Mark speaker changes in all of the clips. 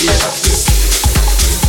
Speaker 1: Yeah, that's it.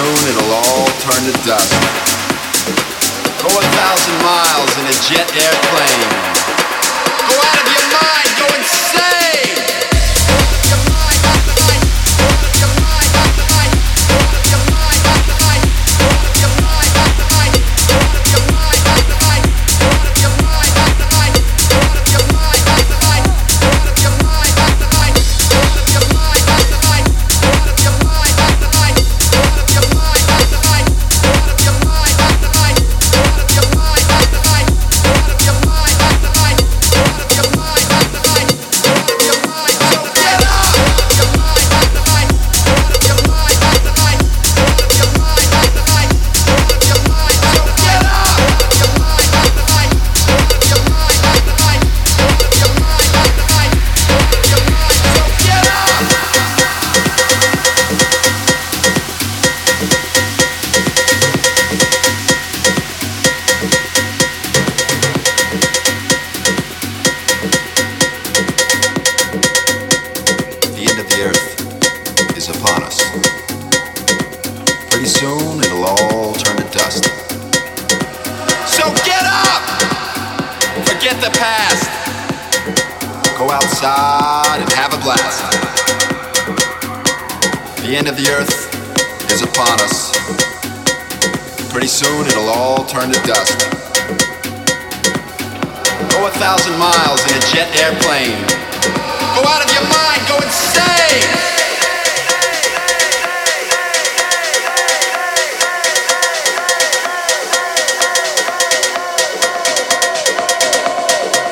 Speaker 2: in the dust. Go a thousand miles in a jet airplane. Go out of your mind, go insane! The end of the earth is upon us. Pretty soon it'll all turn to dust. So get up! Forget the past. Go outside and have a blast. The end of the earth is upon us. Pretty soon it'll all turn to dust. Go a thousand miles in a jet airplane. Go out of your mind, go insane!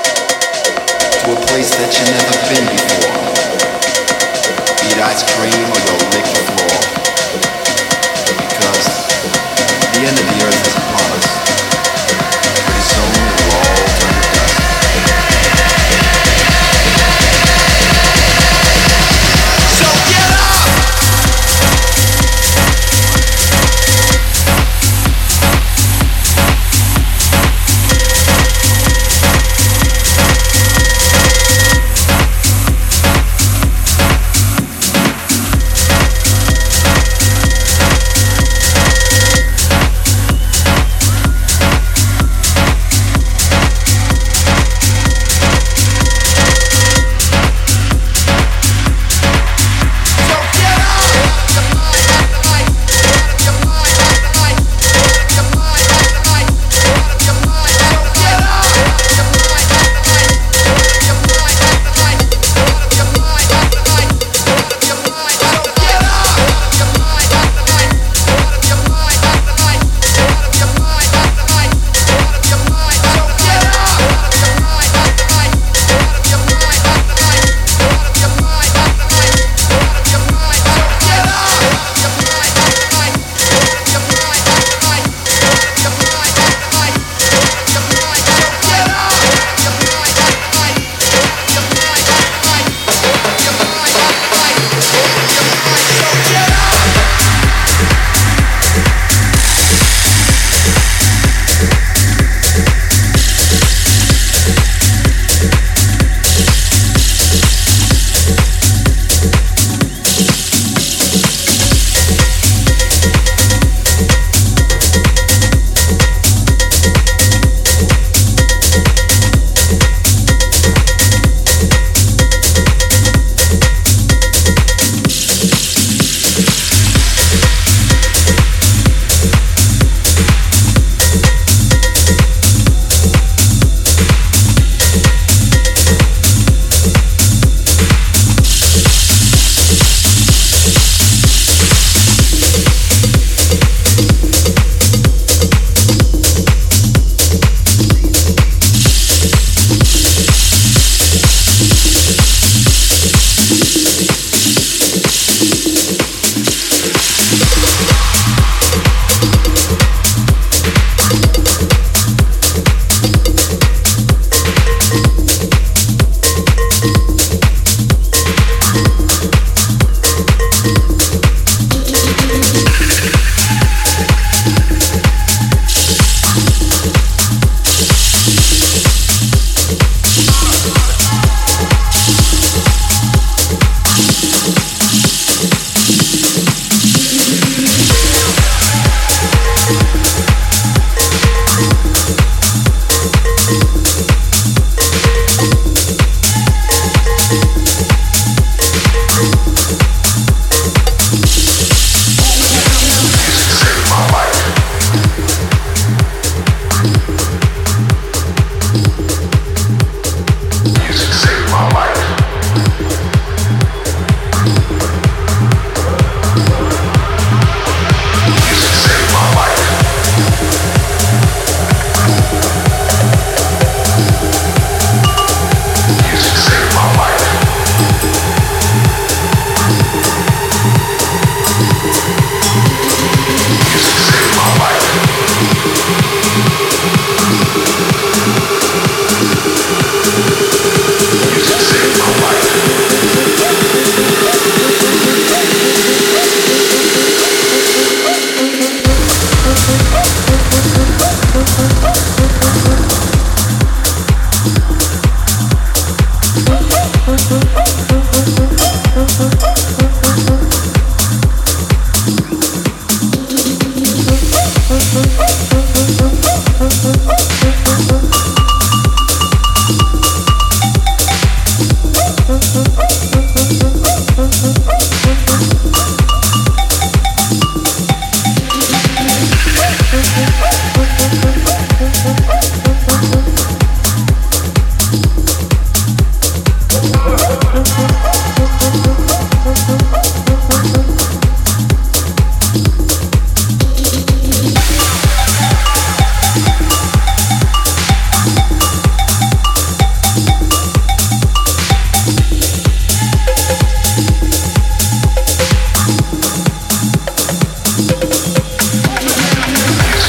Speaker 2: to a place that you've never been before. Eat ice cream or you'll lick the floor. Because the end of the earth is upon us. Pretty soon it will all turn to dust. So get up!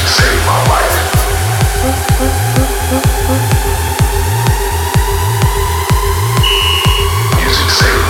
Speaker 3: Music saved.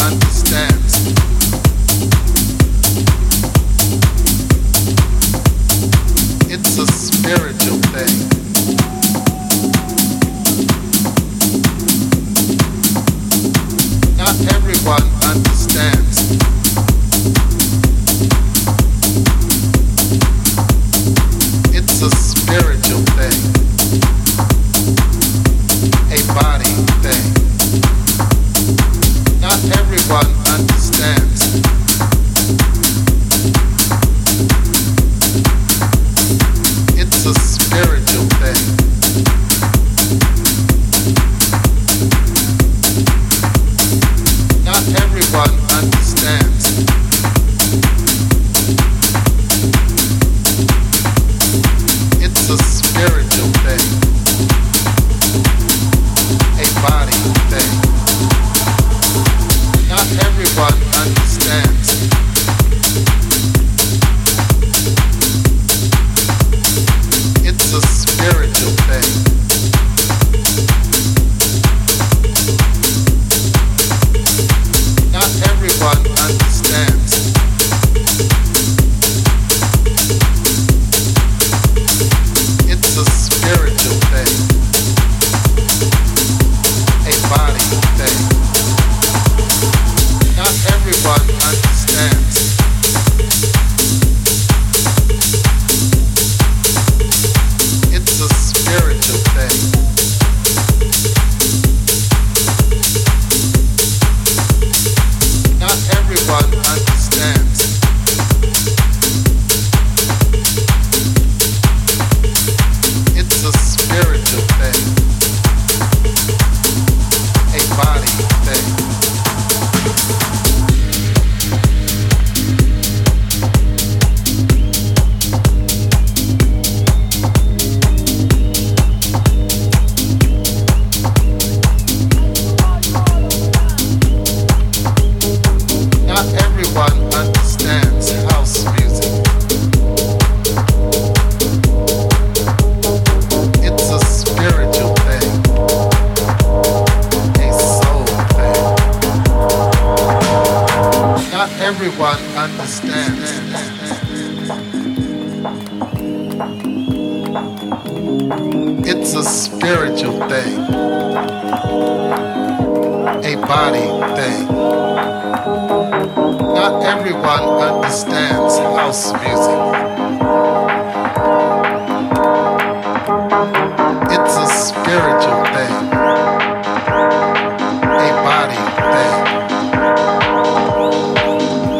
Speaker 1: understands. It's a spiritual thing. Not everyone understands. It's a spiritual thing. A body thing. Not everyone understands. It's a spiritual thing. Not everyone understands. It's a spiritual thing. A body thing. Not everyone understands. It's a spiritual thing. Not everyone understands. It's a spiritual thing. A body thing. Not everyone understands. It's a spiritual thing. Not everyone understands. It's a spiritual thing. A body thing. Not everyone understands house music. It's a spiritual thing, a soul thing. Not everyone understands. It's a spiritual thing, a body thing. Not everyone understands house music. It's a spiritual thing, a body thing.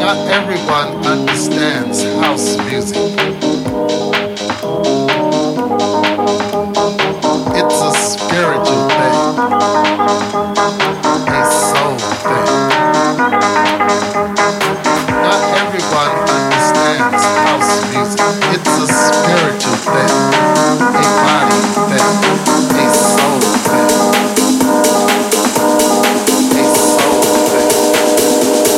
Speaker 1: Not everyone understands house music. It's a spiritual thing, a soul thing. Not everyone understands house music. It's a spiritual thing, a body thing, a soul thing. A soul thing.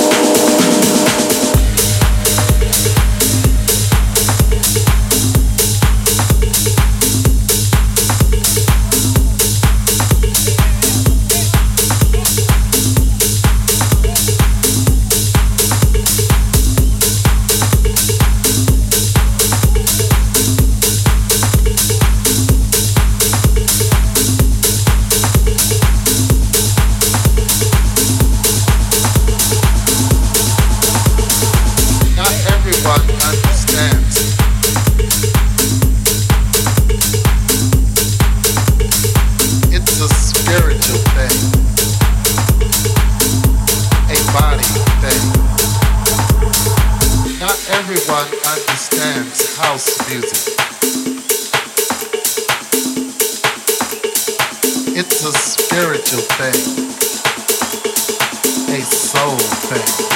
Speaker 1: Not everyone understands. It's a spiritual thing, a body thing. Not everyone understands house music. It's a spiritual thing, a soul thing.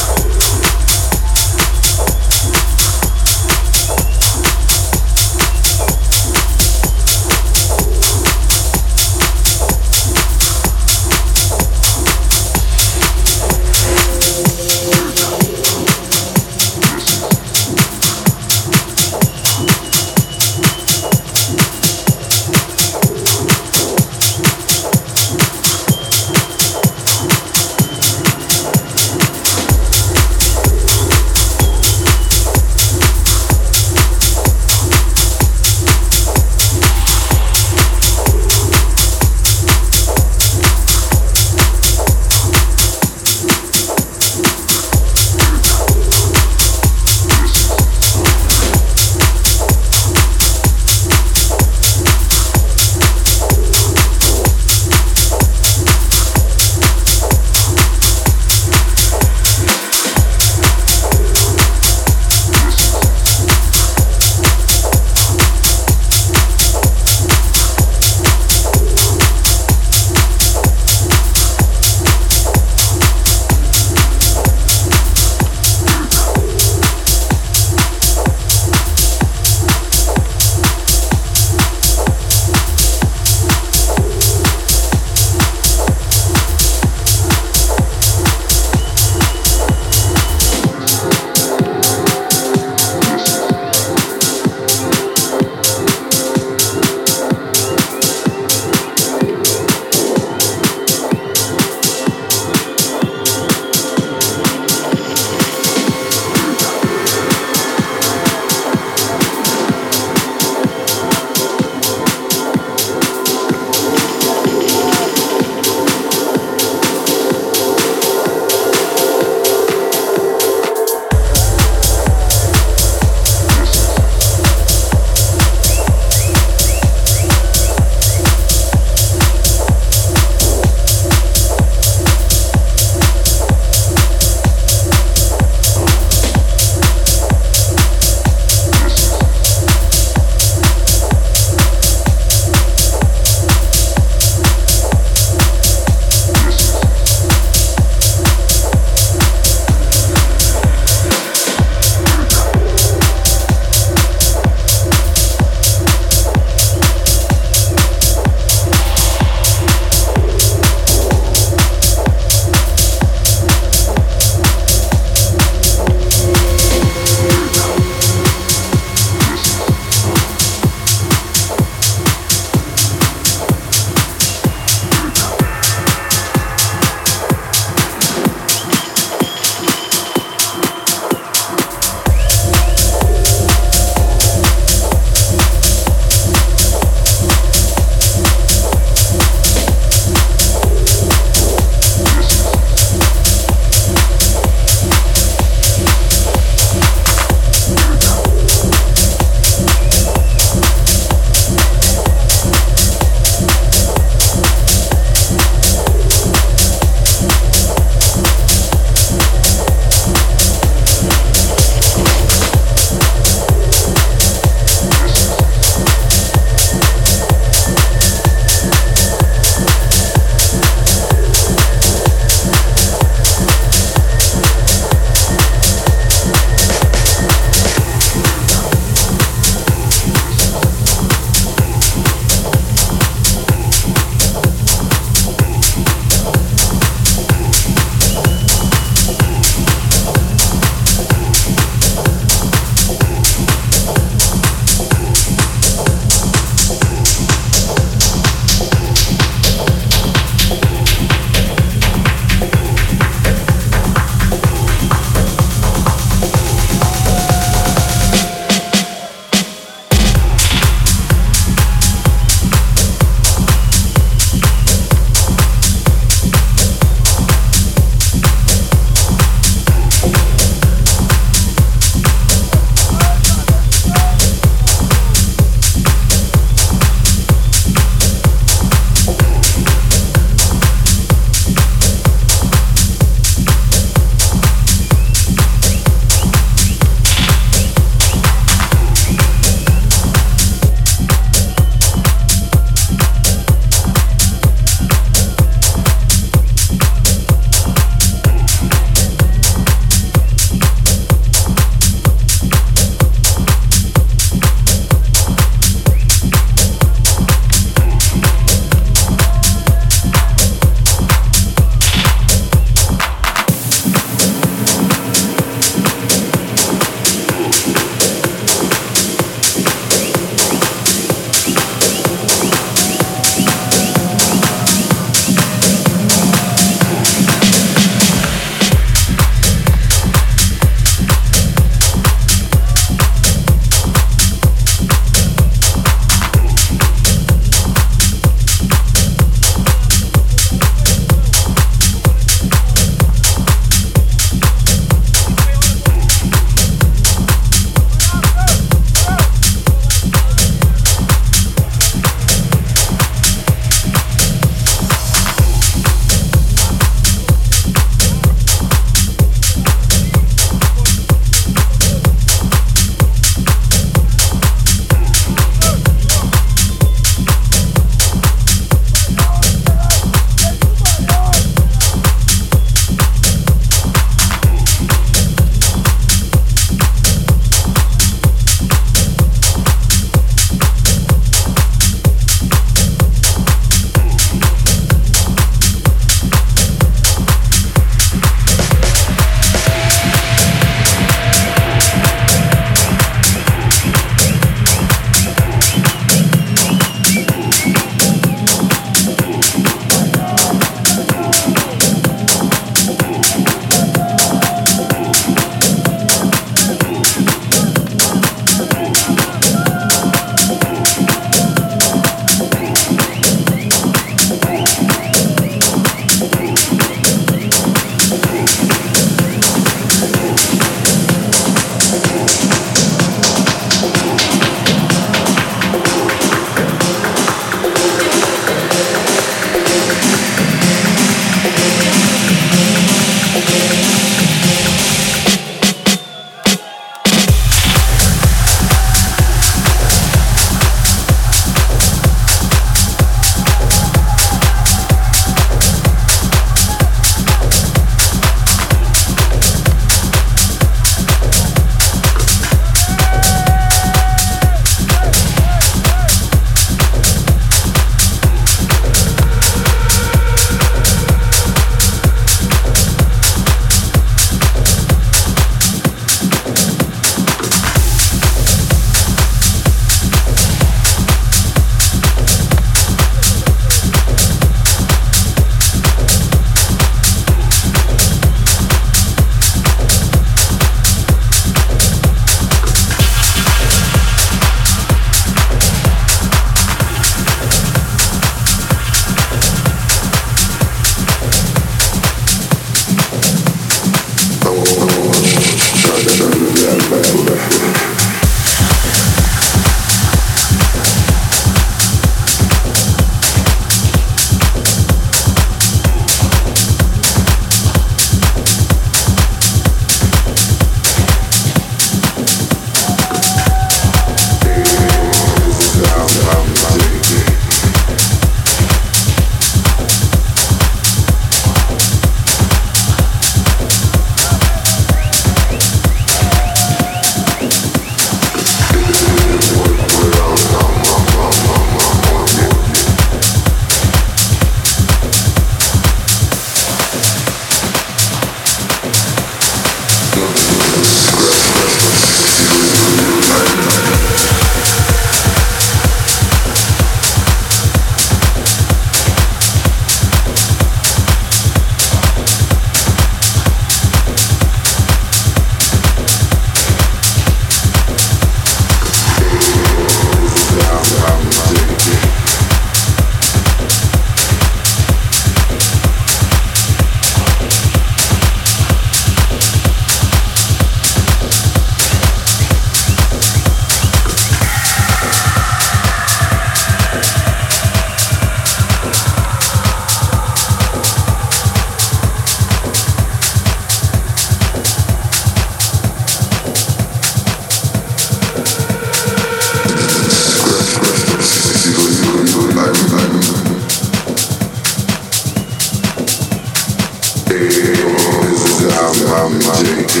Speaker 4: This is how Mama J.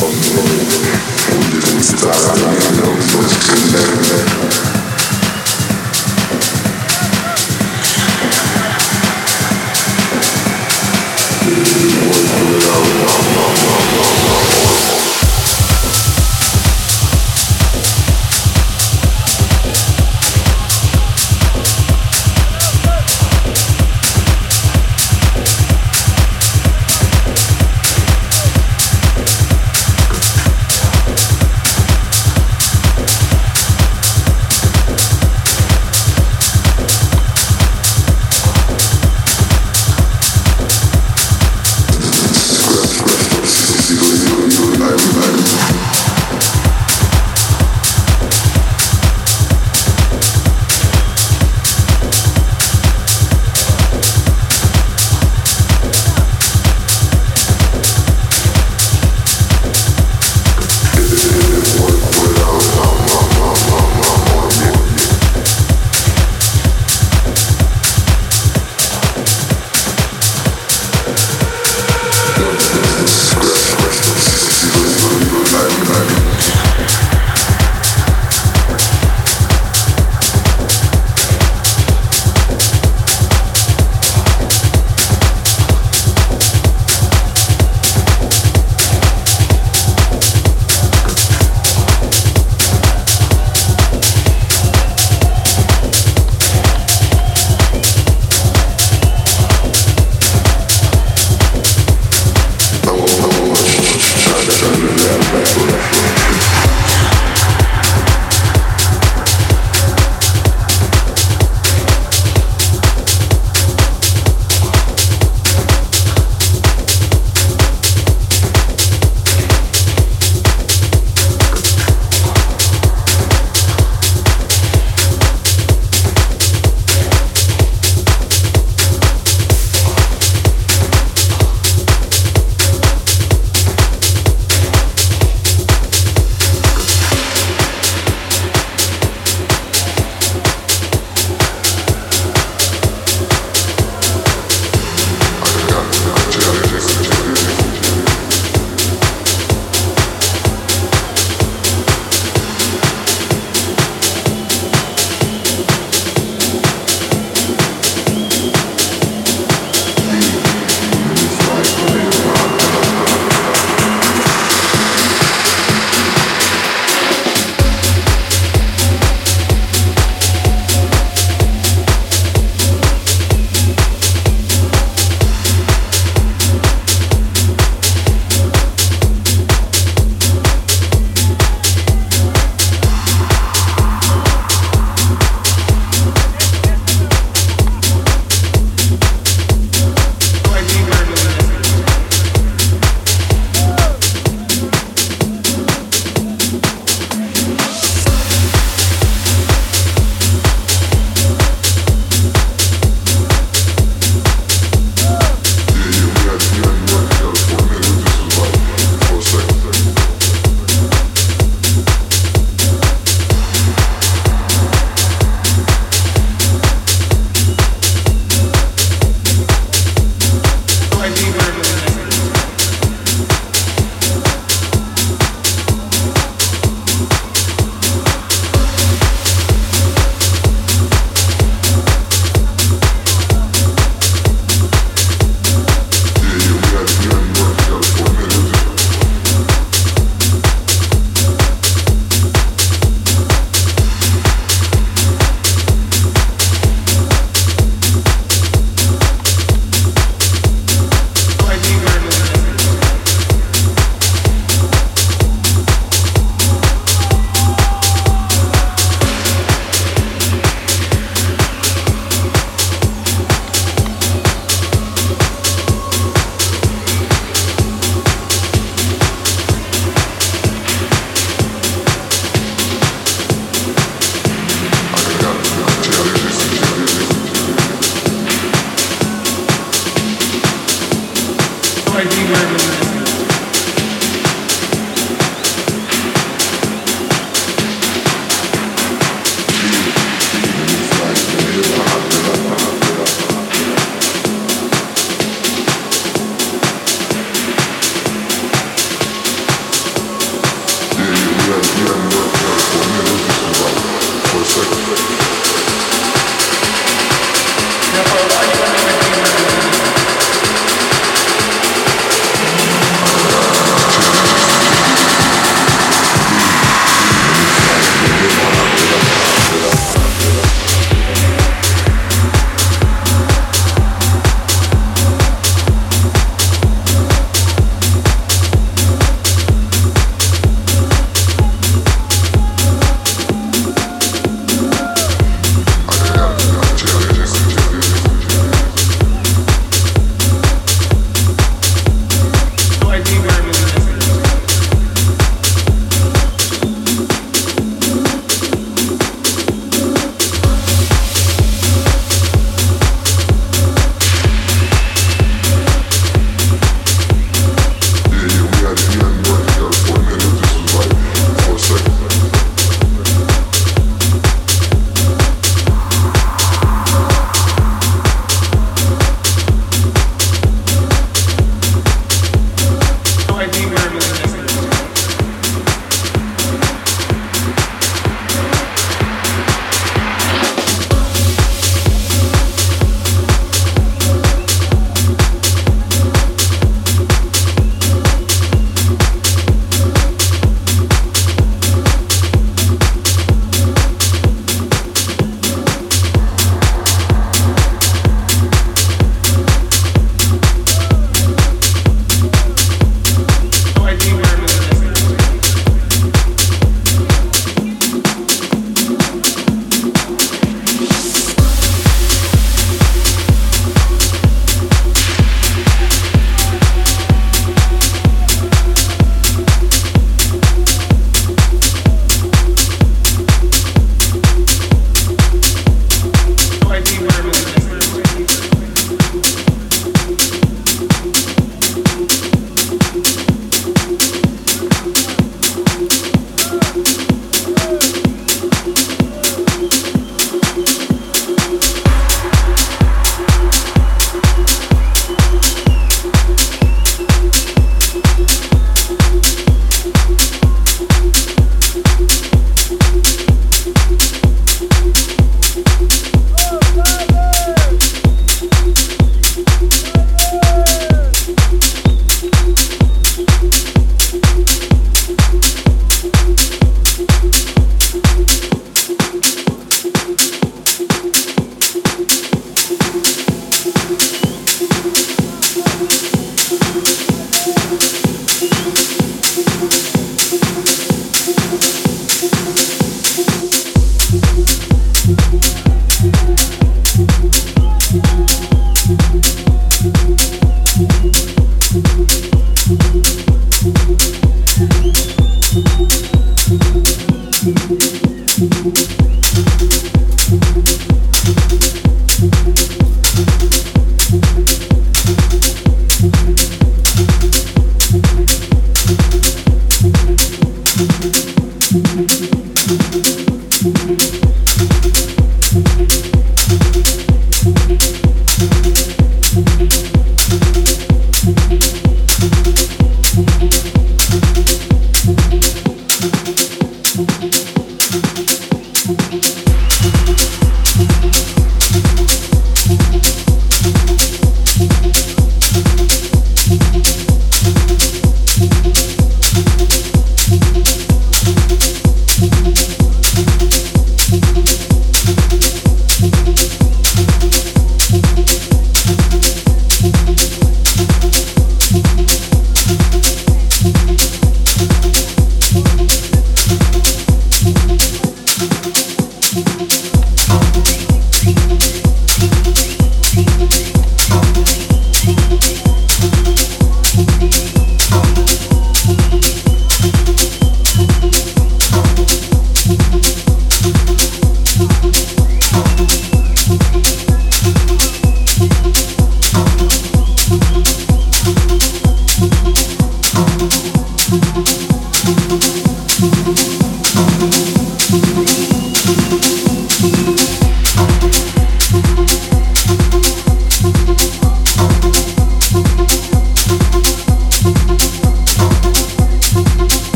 Speaker 4: Oh, no. We didn't start. I know it was connected.
Speaker 5: Thank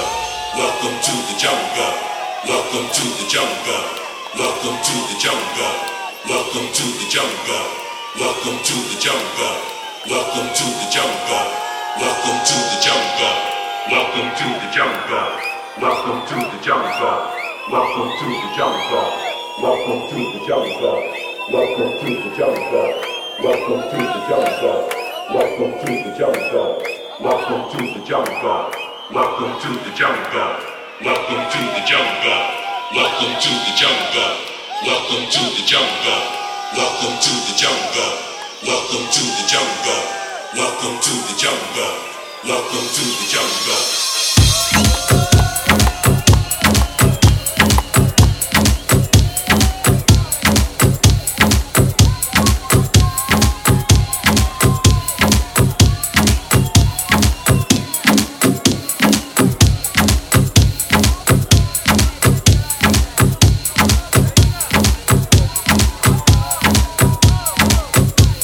Speaker 4: the jungle. Welcome to the jungle. Welcome to the jungle. Welcome to the jungle. Welcome to the jungle. Welcome to the jungle. Welcome to the jungle. Welcome to the jungle. Welcome to the jungle. Welcome to the jungle. Welcome to the jungle. Welcome to the jungle. Welcome to the jungle. Welcome to the jungle. Welcome to the jungle. Welcome to the jungle. Welcome to the jungle. Welcome to the jungle. Welcome to the jungle. Welcome to the jungle. Welcome to the jungle. Welcome to the jungle. Welcome to the jungle. Welcome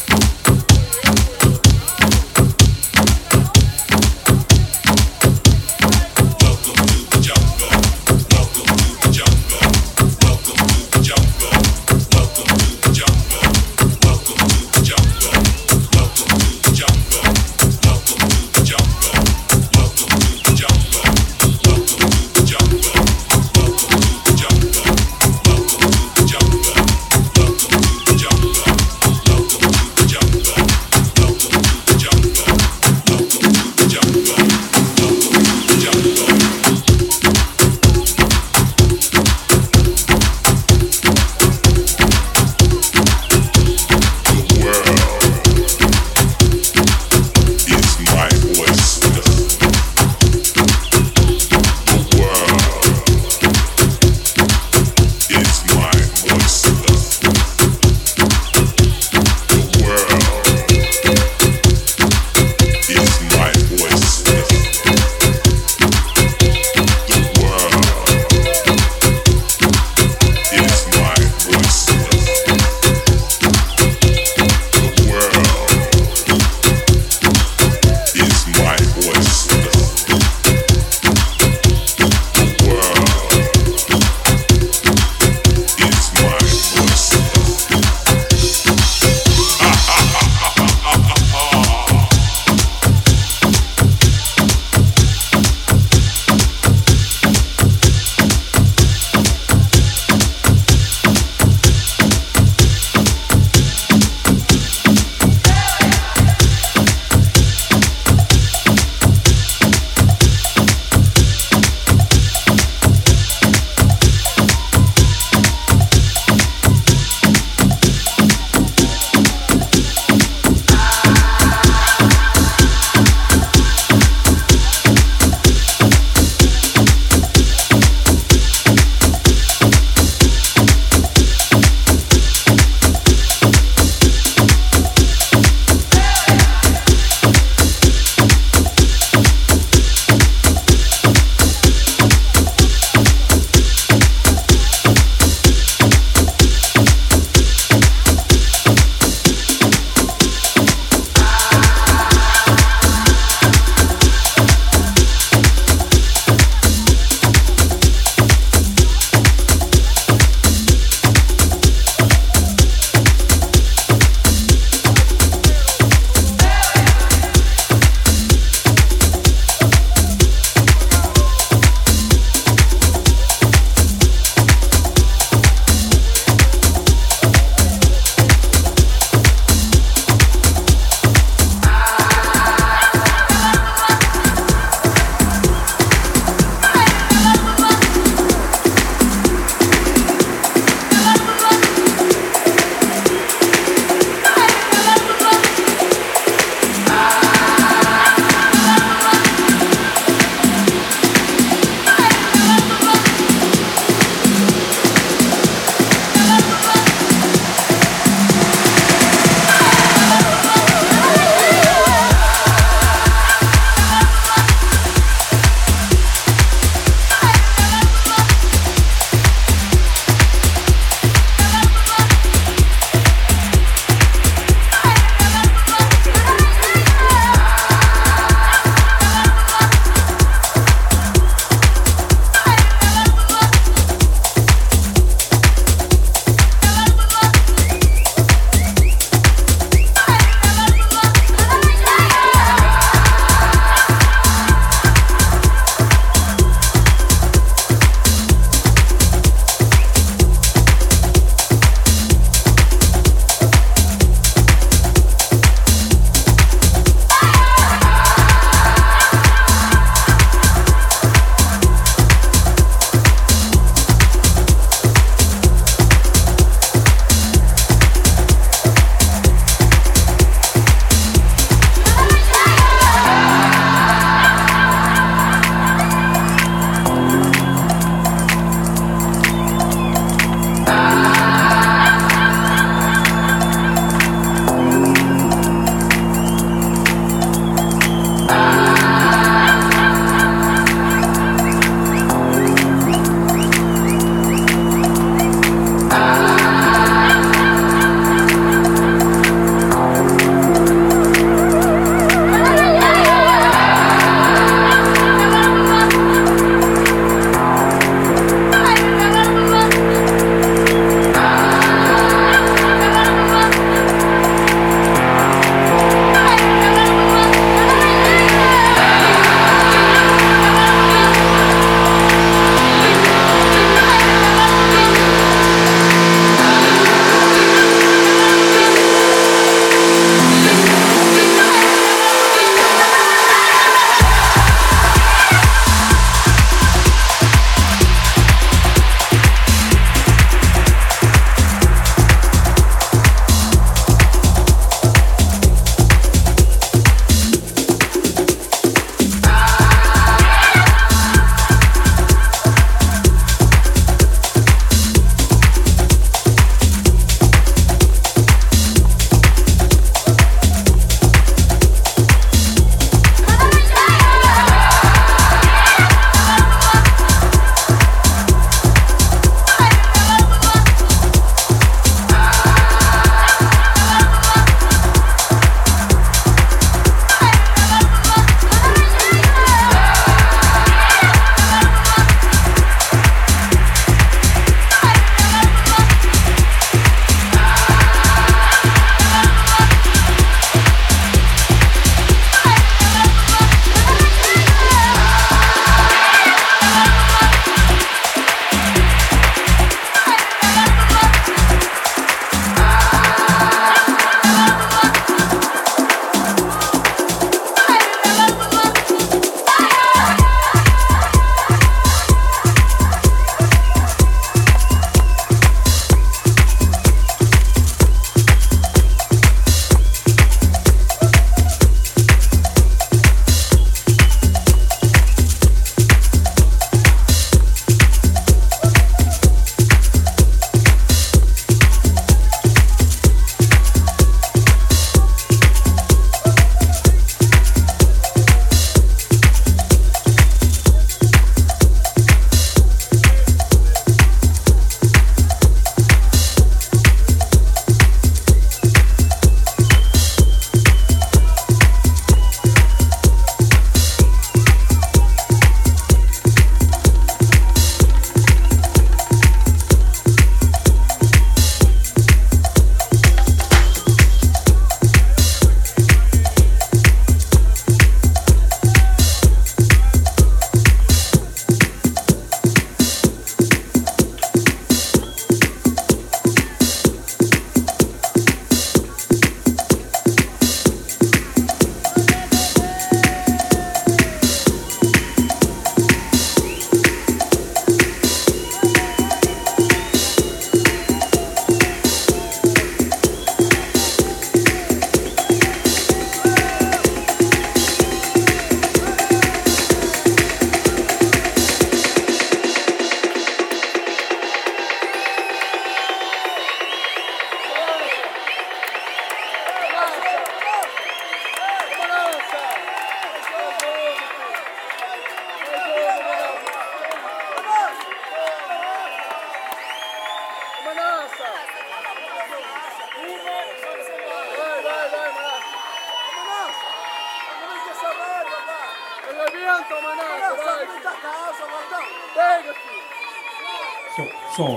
Speaker 6: som, som.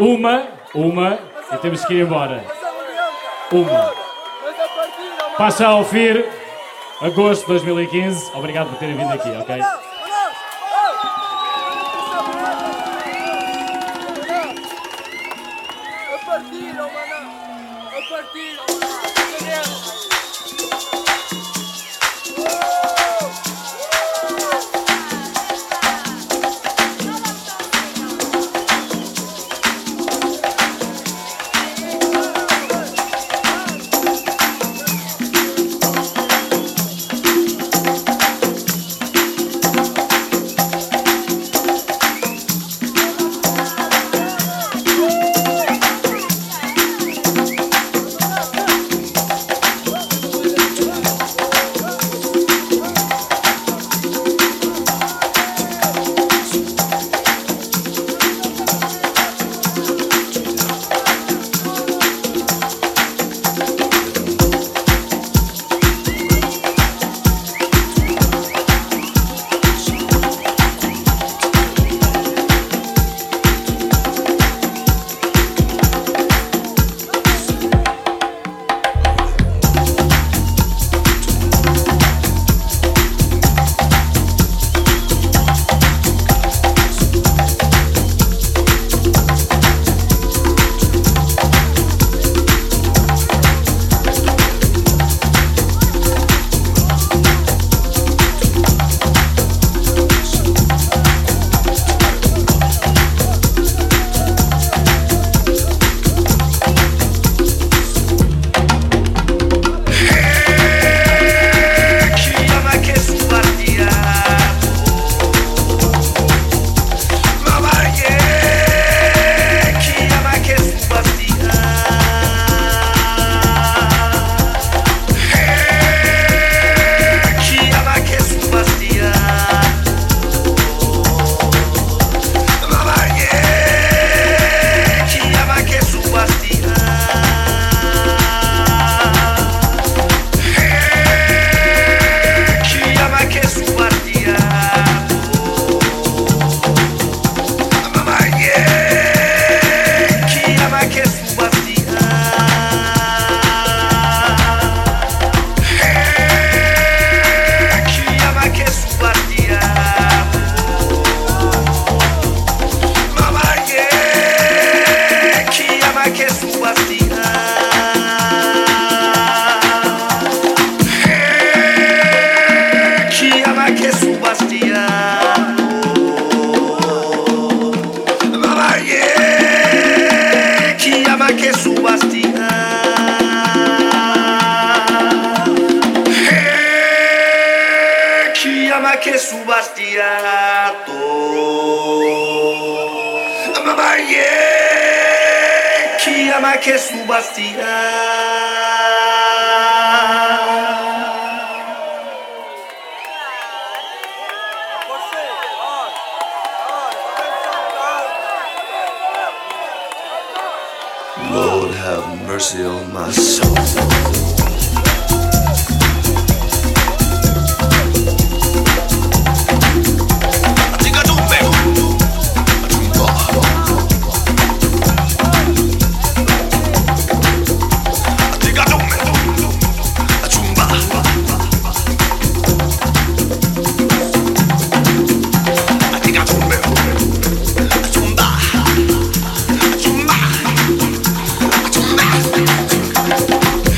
Speaker 6: um. Uma, uma, e temos que ir embora. Uma. Passa ao FIR, agosto de 2015. Obrigado por terem vindo aqui, ok?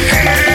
Speaker 7: Hey!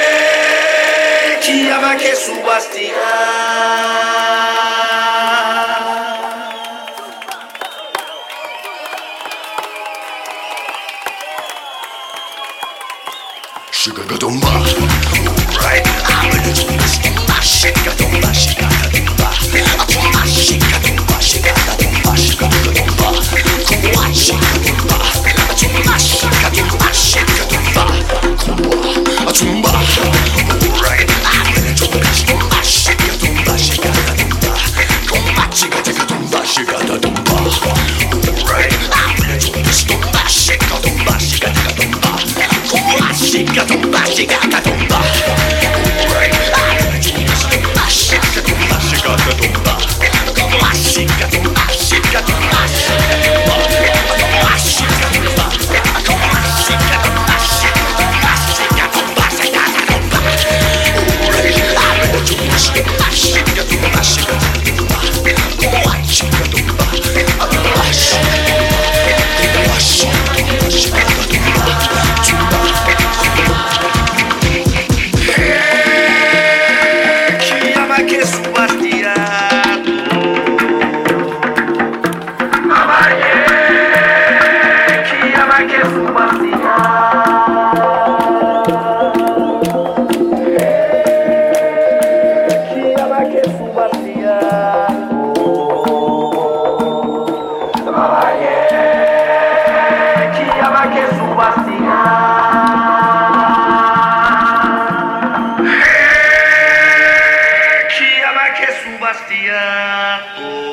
Speaker 8: m'amañé qui ama que subastia
Speaker 7: Sugar got on my right. I'm in the my shit got on my shit got on my. I told my shit got on my shit got on my shit got on my. Come on, shit got on my. I told my shit got on my shit got on my. Come on, I told my right. I'm in the my shit got on my shit got on my. Come on, shit got on my shit got on my. Right. I'm in the my shit got on my shit got on my. Chica tumba, chica tumba. Chica tumba, chica tumba. Chica tumba, chica tumba. Sebastián.